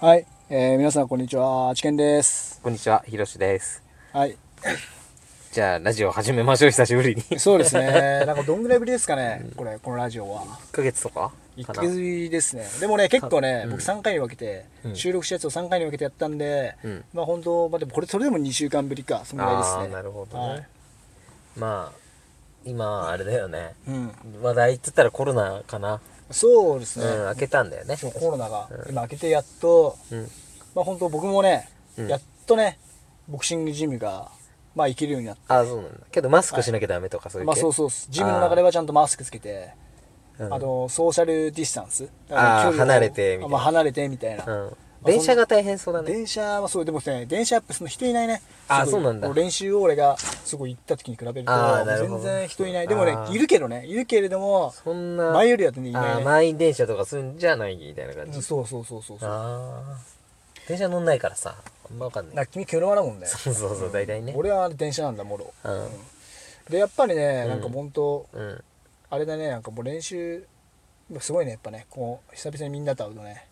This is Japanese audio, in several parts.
はい、えー皆さんこんにちは、ちけんです。こんにちは、ひろしです。はい、じゃあ、ラジオ始めましょう、久しぶ りに。1そうです ね。なんかどんぐらいぶりですかね、これ、このラジオは。ヶ月とか一かヶな月ぶりですね。でもね、結構ね、うん僕3回に分けて、うん収録したやつを3回に分けてやったんで、うんまあ本当、まあでもこれ、それでも2週間ぶりか、そのぐらいですああ、ね。なるほどね。はいまあ、今、あれだよね。うん、話題って言ったらコロナかな。そうですうね。ん、明けたんだよね。そうコロナが、今明けてやっと、うん。まあ本当僕もね、うんやっとね、ボクシングジムが、まあ行けるようになって、ああ、そうなんだ。けど、マスクしなきゃダメとか、そういう系。まあそうそうっす、ジムの中ではちゃんとマスクつけて、うん。あのソーシャルディスタンス距あー離を離れてみたいなまあ、離れてみたいな、うん。電車が大変そうだね。電車はそうでもね電車やっぱその人いないねあーすごいそうなんだこ練習を俺がすごい行った時に比べるとあーなるほど全然人いないでもねあーいるけどねいるけれどもそんな。前よりはねいあなあ、いね満員電車とかするんじゃないみたいな感うんじ。そうそうそうそうそうだかああ。電車乗んないからさ、あんまわかんない。ら君車だもんね そうそうそう、大体ね。俺は電車なんだもろうん。でやっぱりねなんか本当、うん。あれだねなんかもう練習すごいねやっぱねこう久々にみんなと会うとね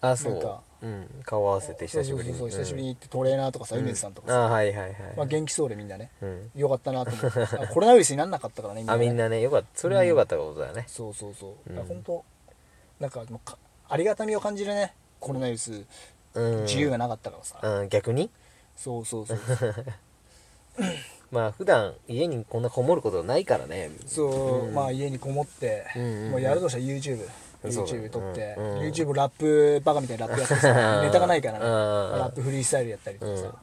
あそなんかう、うん、顔合わせて久しぶりにそうそうそう久しぶりに行ってトレーナーとかさうん梅津さんとかあさ、はいはいはい、まあ、元気そうでみんなねうん、よかったなと思って あコロナウイルスになんなかったからねあみんねなねよかったそれはよかったことだね、そうそうそう、うんあ本当なんかもうかありがたみを感じるねコロナウイルスうん自由がなかったからさ、うん、逆にそうそうそうそうまあ普段家にこんなこもることないからねそう、うんまあ家にこもって、うんうんうんもうやるとしたら YouTube そうだね YouTube 撮って、うんうん YouTube ラップバカみたいなラップやってさ ネタがないからねうんラップフリースタイルやったりとかさ、うんま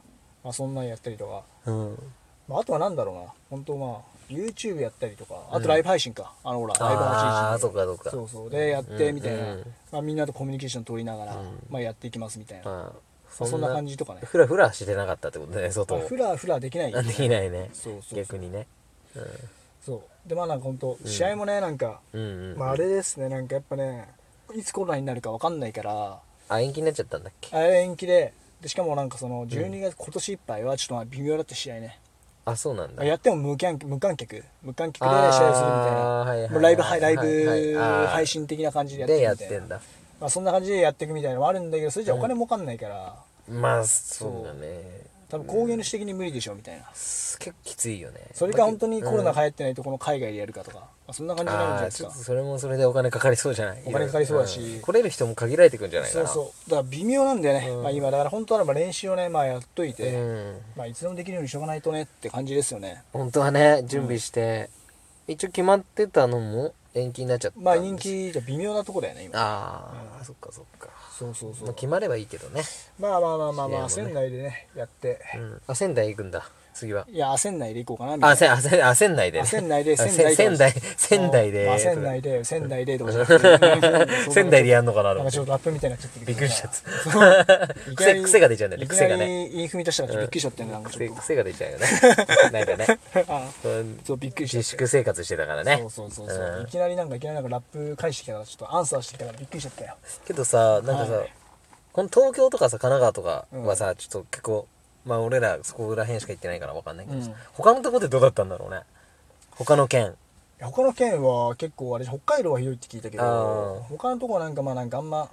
あ、そんなんやったりとか、うんまあ、あとはなんだろうな本当まあ YouTube やったりとかあとライブ配信か、あのほらライブ配信ああそっかそっかそうそうでやってみたいな、うんうんまあ、みんなとコミュニケーション取りながら、うんまあ、やっていきますみたいな、ままああそんな感じとかねふらふらしてなかったってことだね外あをフラフラできないよね、できないねそうそうそう逆にねそうでまあなんか本当試合もねなんか、うんうん、まあ、あれですねなんかやっぱねいつコロナになるかわかんないからあ延期になっちゃったんだっけあれ延期ででしかもなんかその12月、今年いっぱいはちょっとまあ微妙だった試合ねあそうなんだやっても無観無観客無観客で試合あーをするみたいなはいはいはいもうライブはいライはいブはいあー配信的な感じででややっってみたいてなんだまあ、そんな感じでやっていくみたいなのもあるんだけどそれじゃお金もかんないから、まあそうだね多分工芸主的に無理でしょみたいな、結構きついよねそれか本当にだコってロナ流行ってないとこの海外でやるかとか、まあ、そんな感じになるんじゃないあーですちょかっとそれもそれでお金かかりそうじゃないお金かかりそうだしん来れる人も限られてくんじゃないかそうなそうだから微妙なんだよね、うんまあ、今だから本当はまあ練習をね、まあ、やっといて、うんまあ、いつでもできるようにしとかないとねって感じですよね本当はね準備して、一応決まってたのも延期になっちゃったんでまあ人気じゃ微妙なとこだよね今ああ、そっかそっかそうそうそまあう決まればいいけどね、まあまあまあまあ、まあ試合も仙ね台でねやって、うん、あ仙台行くんだ次はいや仙台で行こうかなみたいあなせんあせんあ仙台で、ね、あ仙台であせ仙台仙台仙台でまあ、仙台で仙台でとかじゃなくて 仙台でやんのかななんかちょっとラップみたいになっちゃってるびけどっくりしちゃっいきなたり癖癖が出ちゃうんだよねいきな癖りがね言い踏み出したからちょっとびっくりしちゃったよねなんかちょ癖っと癖が出ち ゃうよねなんかねあうんそうびっくりしちゃ自った粛生活してたからねそうそうそうそう、うんいきなりなんかいきなりなんかラップ返してきたからちょっとアンサーしてきたからびっくりしちゃったよけどさなんかさ、はいこの東京とかさ神奈川とかはさ、ちょっと結構まあ俺らそこら辺しか行ってないからわかんないけどうさ、ん他のとこでどうだったんだろうね他の県いや他の県は結構あれ北海道はひどいって聞いたけどあー他のとこはなんかまあなんかあんま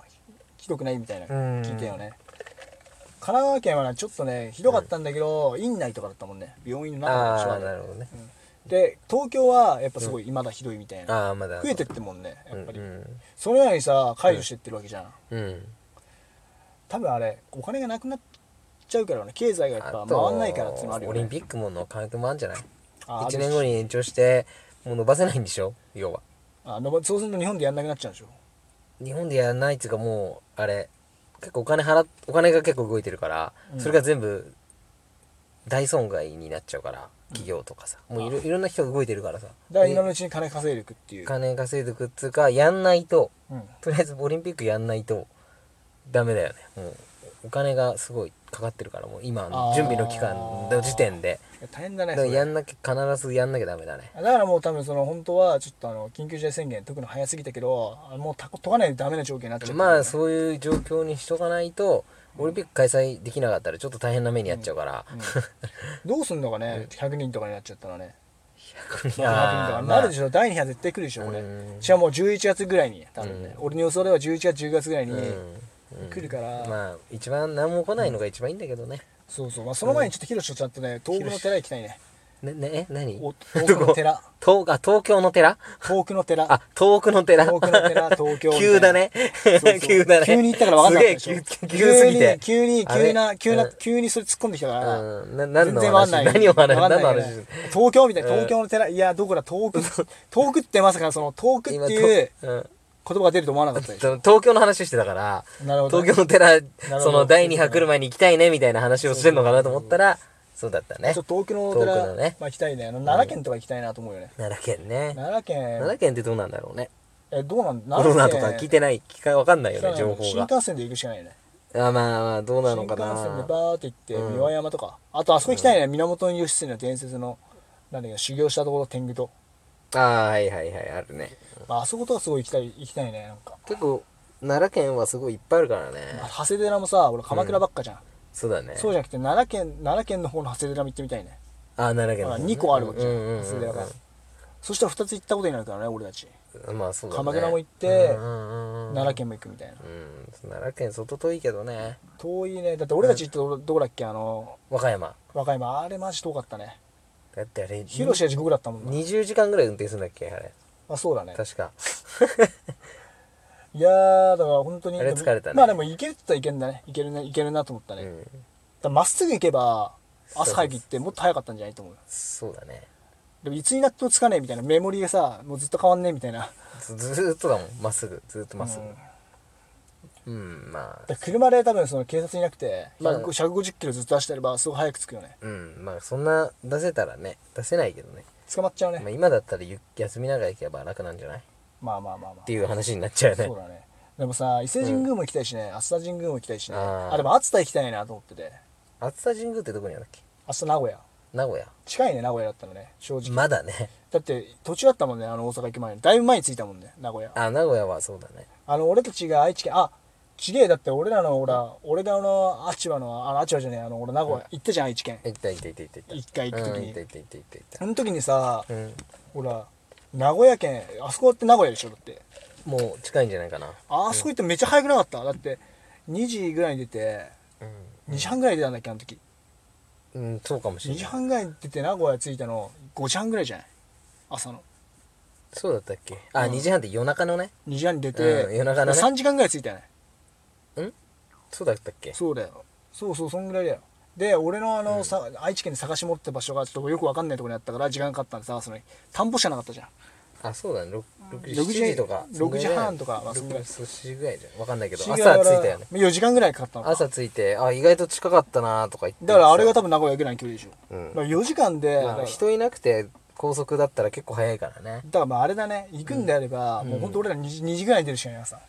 ひどくないみたいなうん聞いたよね神奈川県はねちょっとねひどかったんだけど、院内とかだったもんね病院の中のあ人あはーなねるほどね、で東京はやっぱすごい未だひどいみたいな、ああまだ増えてってもんねやっぱり、うんそれなのにさ解除してってるわけじゃん、うん、うん多分あれお金がなくなっちゃうからね経済がやっぱあと回んないからっていうのあるよオねリンピックもの関係もあるんじゃないあー1年後に延長してもう伸ばせないんでしょ要はあのそうすると日本でやんなくなっちゃうんでしょ日本でやらないっていうかもうあれ結構お金払っお金が結構動いてるから、うんそれが全部大損害になっちゃうから企業とかさ、もういろいろんな人が動いてるからさだから今のうちに金稼いでいくっていでう、金稼いでくっつうかやんないとうん、とりあえずオリンピックやんないとダメだよねもうお金がすごいかかってるからもう今あー準備の期間の時点でいや大変だねそだかられやんなきゃ必ずやんなきゃダメだねだからもう多分その本当はちょっとあの緊急事態宣言解くの早すぎたけどあもうた解かないとダメな状況になっちゃってるまあそういう状況にしとかないとオリンピック開催できなかったらちょっと大変な目にやっちゃうから、どうすんのかね100人とかになっちゃったらね100 100人とかなるでしょ第2波絶対来るでしょこれうんしかも11月ぐらいに多分ね俺の予想では11月10月ぐらいにうんうん来るから、まあ一番何も来ないのが一番いいんだけどね、そうそう、まあ、その前にちょっとヒロシとちゃんとね東北の寺行きたいねねねえ何お東北の寺東あ東京の寺東北の寺あ遠くの寺東北の寺東京みたいな 急だねそうそう 急だね急に行ったから分かんなかったでしすげえょ急急すぎて急にあ急れに急な急うなん急にそれ突っ込んできたから、うんな何全の然わか話んない何を話わかんない何のよ話ね東京みたいなうん東京の寺、いやどこだ遠く遠くってまさかその遠くって今といううん言葉が出ると思わなかったでし そょの東京の話してたからなるほど東京の寺どその第2波来る前に行きたいねみたいな話をしてんのかなと思ったらそうだったねちょっと東京の寺東京のねまあ、行きたいねあの奈良県とか行きたいなと思うよね、奈良県ね奈良県奈良県ってどうなんだろうねえどうなんコロナとか聞いてない機会わかんないよそうねなの情報新が幹線で行くしかないよねあまあまあどうなのかな新幹線でバーって行って、うん三輪山とかあとあそこ行きたいね、源義経の伝説のなんだっけ修行したところ天狗と、ああはいはいはいあるねまああそことかすごい行きたい行きたいねなんか、結構奈良県はすごいいっぱいあるからねまあ長谷寺もさ俺鎌倉ばっかじゃん、そうだねそうじゃなくて奈良県奈良県の方の長谷寺も行ってみたいねあ奈良県まのあ方ね2個あるわけじゃん,、うんうんうんうん長谷寺がそしたら2つ行ったことになるからね俺たちまあそうだね鎌倉も行ってうんうんうんうん奈良県も行くみたいなうん奈良県外遠いけどね遠いねだって俺たち行ったとこどこだっけあの和歌山和歌山あれマジ遠かったねだってあれ広島地獄だったもんな、 20時間ぐらい運転するんだっけあれまあ、そうだね確かいやーだから本当にあれ疲れたねまあでも行けるって言ったらいけるねいけるねいけるなと思ったね、うだかんらまっすぐ行けばそう朝早く行ってもっと早かったんじゃないと思うそうだねでもいつになってもつかねえみたいなメモリーがさもうずっと変わんねえみたいなずずーっとだもんまっすぐずーっとまっすうんだかぐうんまあら車で多分その警察いなくて、まあ150 150キロずっと走ってればすごい早く着くよねうんまあそんな出せたらね出せないけどね捕まっちゃうね、まあ今だったらゆ 休みながら行けば楽なんじゃないっまあまあまあまあていう話になっちゃうねそうだねでもさ伊勢神宮も行きたいしね熱田神宮も行きたいしねああーでも熱田行きたいなと思ってて熱田神宮ってどこにあるんだっけ熱田名古屋名古屋近いね名古屋だったのね正直、まだねだって途中だったもんねあの大阪行く前にだいぶ前に着いたもんね名古屋あ名古屋はそうだねあの俺たちが愛知県あちげえだって俺らのほら俺があのあ千葉のあのあ千葉じゃねえあの俺名古屋行ったじゃん愛知県行った行った行った行った一回行く時にうん行った行った行った行った行ったその時にさうん、ほら名古屋県あそこって名古屋でしょだってもう近いんじゃないかな、あそこ行ってめっちゃ早くなかっただって2時ぐらいに出て2時半ぐらいに出たんだっけあの時うん、うん、そうかもしれ2ない時半ぐらいに出て名古屋着いたの5時半ぐらいじゃない朝のそうだったっけあ、うん2時半って夜中のね2時半に出て、うん夜中のね3時間ぐらい着いたよねそうだったっけそうだよそうそうそんぐらいだよで俺のあの、さ愛知県で探し持ってた場所がちょっとよくわかんないところにあったから時間かかったんでさその田んぼしかなかったじゃんあそうだね 6, 6時時とか6時半とかまあそんぐらい6時ぐらいじゃんわかんないけど違朝う着いだからたよね4時間ぐらいかかったのか朝着いてあ意外と近かったなとか言ってだからあれが多分名古屋ぐらいの距離でしょ、うんだから4時間で、だまかあ、ら人いなくて高速だったら結構早いからねだからまああれだね行くんであれば、うんもうほんと俺ら 2, 時2時ぐらいに出るしかない朝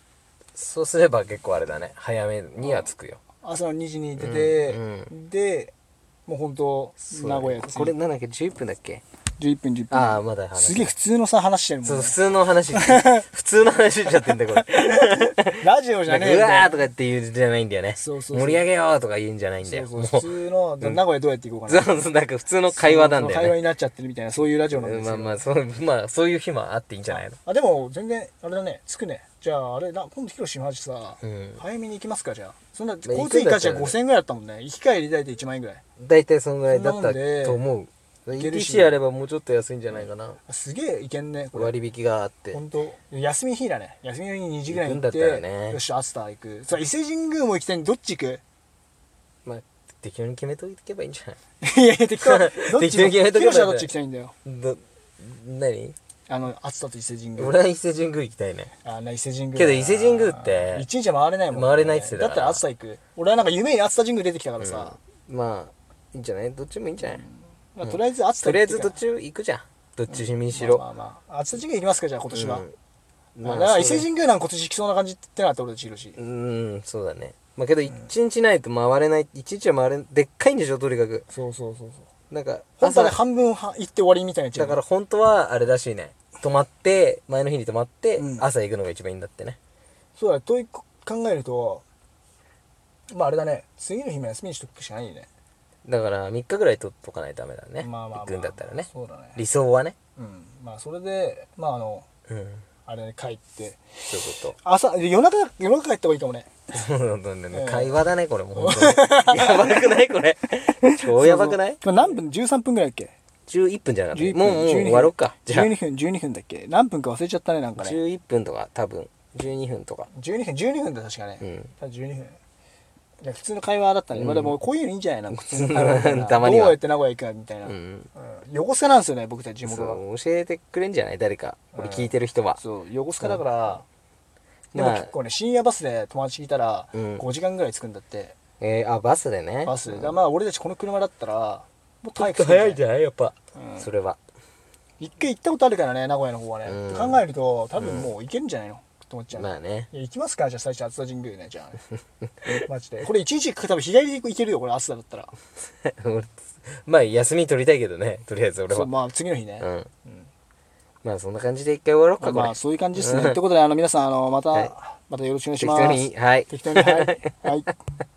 そうすれば結構あれだね早めには着くよ朝の2時に出て、うんでもうほんとそうだ名古ね屋着いてこれなんだっけ11分だっけ11分10分ああまだ話すげえ普通のさ話してるもそん、うね普、通の話 普通の話しちゃってんだよこれラジオ じゃねえうわーとかかって言うんじゃないんだよねそうそうそう盛り上げようとか言うんじゃないんだそうよそそうう普通の、名古屋どうやって行こうかなそうなんか普通の会話なんだそう会よ話ねになっちゃってるみたいなそういうラジオなんうでんすまよ、あまあそうまあそういう日もあっていいんじゃないのあでも全然あれだね着くねじゃああれな今度ヒロシの話さ、うん早めに行きますかじゃあそんな行くんだ交通費価値はったらね5000円ぐらいだったもんね行き帰り代で1万円ぐらい大体そのぐらいだったと思ういけるし ETC あればもうちょっと安いんじゃないかなあすげえいけんねこれ割引があって本当休みの日だね休みの日に2時ぐらいに行って行くんだったらねよし朝行くさ伊勢神宮も行きたいんでどっち行く まあ適当に決めておけばいいんじゃないいやいや適当どっ 適当ちに決めとけばいいんだよヒロシはどっち行きたいんだよど何あの暑さと伊勢神宮俺は伊勢神宮行きたいねあな伊勢神宮けど伊勢神宮って一日じゃ回れないもん、回れないっつってだたからったら熱田行く俺はなんか夢に熱田神宮出てきたからさ、まあいいんじゃないどっちもいいんじゃないまあ、とりあえず熱田とりあえずどどっち行くじゃんどっちにしろまあまあ、まあ、熱田神宮行きますかじゃあ今年は、うんままあ、あだから伊そ勢れ神宮なんか今年行きそうな感じってなって俺たちいるし、うんそうだねまあけど一日ないと回れない一日は回れんでっかいんでしょとにかくそうそうそうそうなんか本当はね朝半分は行って終わりみたいなやつだから本当はあれらしいね泊まって前の日に泊まってうん朝行くのが一番いいんだってねそうだと考えるとまああれだね次の日も休みにしとくしかないよねだから3日ぐらい取っとかないとダメだねまあまあ、まあ、行くんだったらねそうだね理想はねうんまあそれでまああのうんあれね帰ってそういうこ朝夜中夜中帰った方がいいかもねそうなんだよえね。え会話だね、こ れもう本当に。やばくないこれ。超やばくない今何分 ?13 分ぐらいだっけ ?11 分じゃなかった。 11分もう、もう12分終わろうか。じゃあ、 12分12分だっけ何分か忘れちゃったねなんかね11分とか、多分。12分とか。 12分12分だ確かね、うん多分12分いや普通の会話だったね、まあでもこういうのいいんじゃないなんか普通の会話みいな たまにはどうやって名古屋行くかみたいな、ううんん。横須賀なんですよね僕たち地元はそう、教えてくれんじゃない誰か。俺聞いてる人は。そう横須賀だから、でもまあ結構ね深夜バスで友達いたらうん5時間ぐらい着くんだって、えー、あ、バスでね。バスで、だからうんまあ俺たちこの車だったらもう体ちょっと早いんじゃないやっぱ。うんそれは。一回行ったことあるからね名古屋の方はね、うんって考えると多分もう行けるんじゃないの、と思っちゃう、まあね。 いや行きますかじゃあ最初熱田神宮ねじゃあ ねマジでこれ一日行く多分日帰りで行けるよこれ熱田だったら俺まあ、休み取りたいけどね。とりあえず俺そはう。まあ次の日ね、うん。まあ、そんな感じで一回終わろうか、こまれあ。そういう感じですねということであの皆さんあのまた、はいまたよろしくお願いし適ま当すに。はい。 適当にはい、はい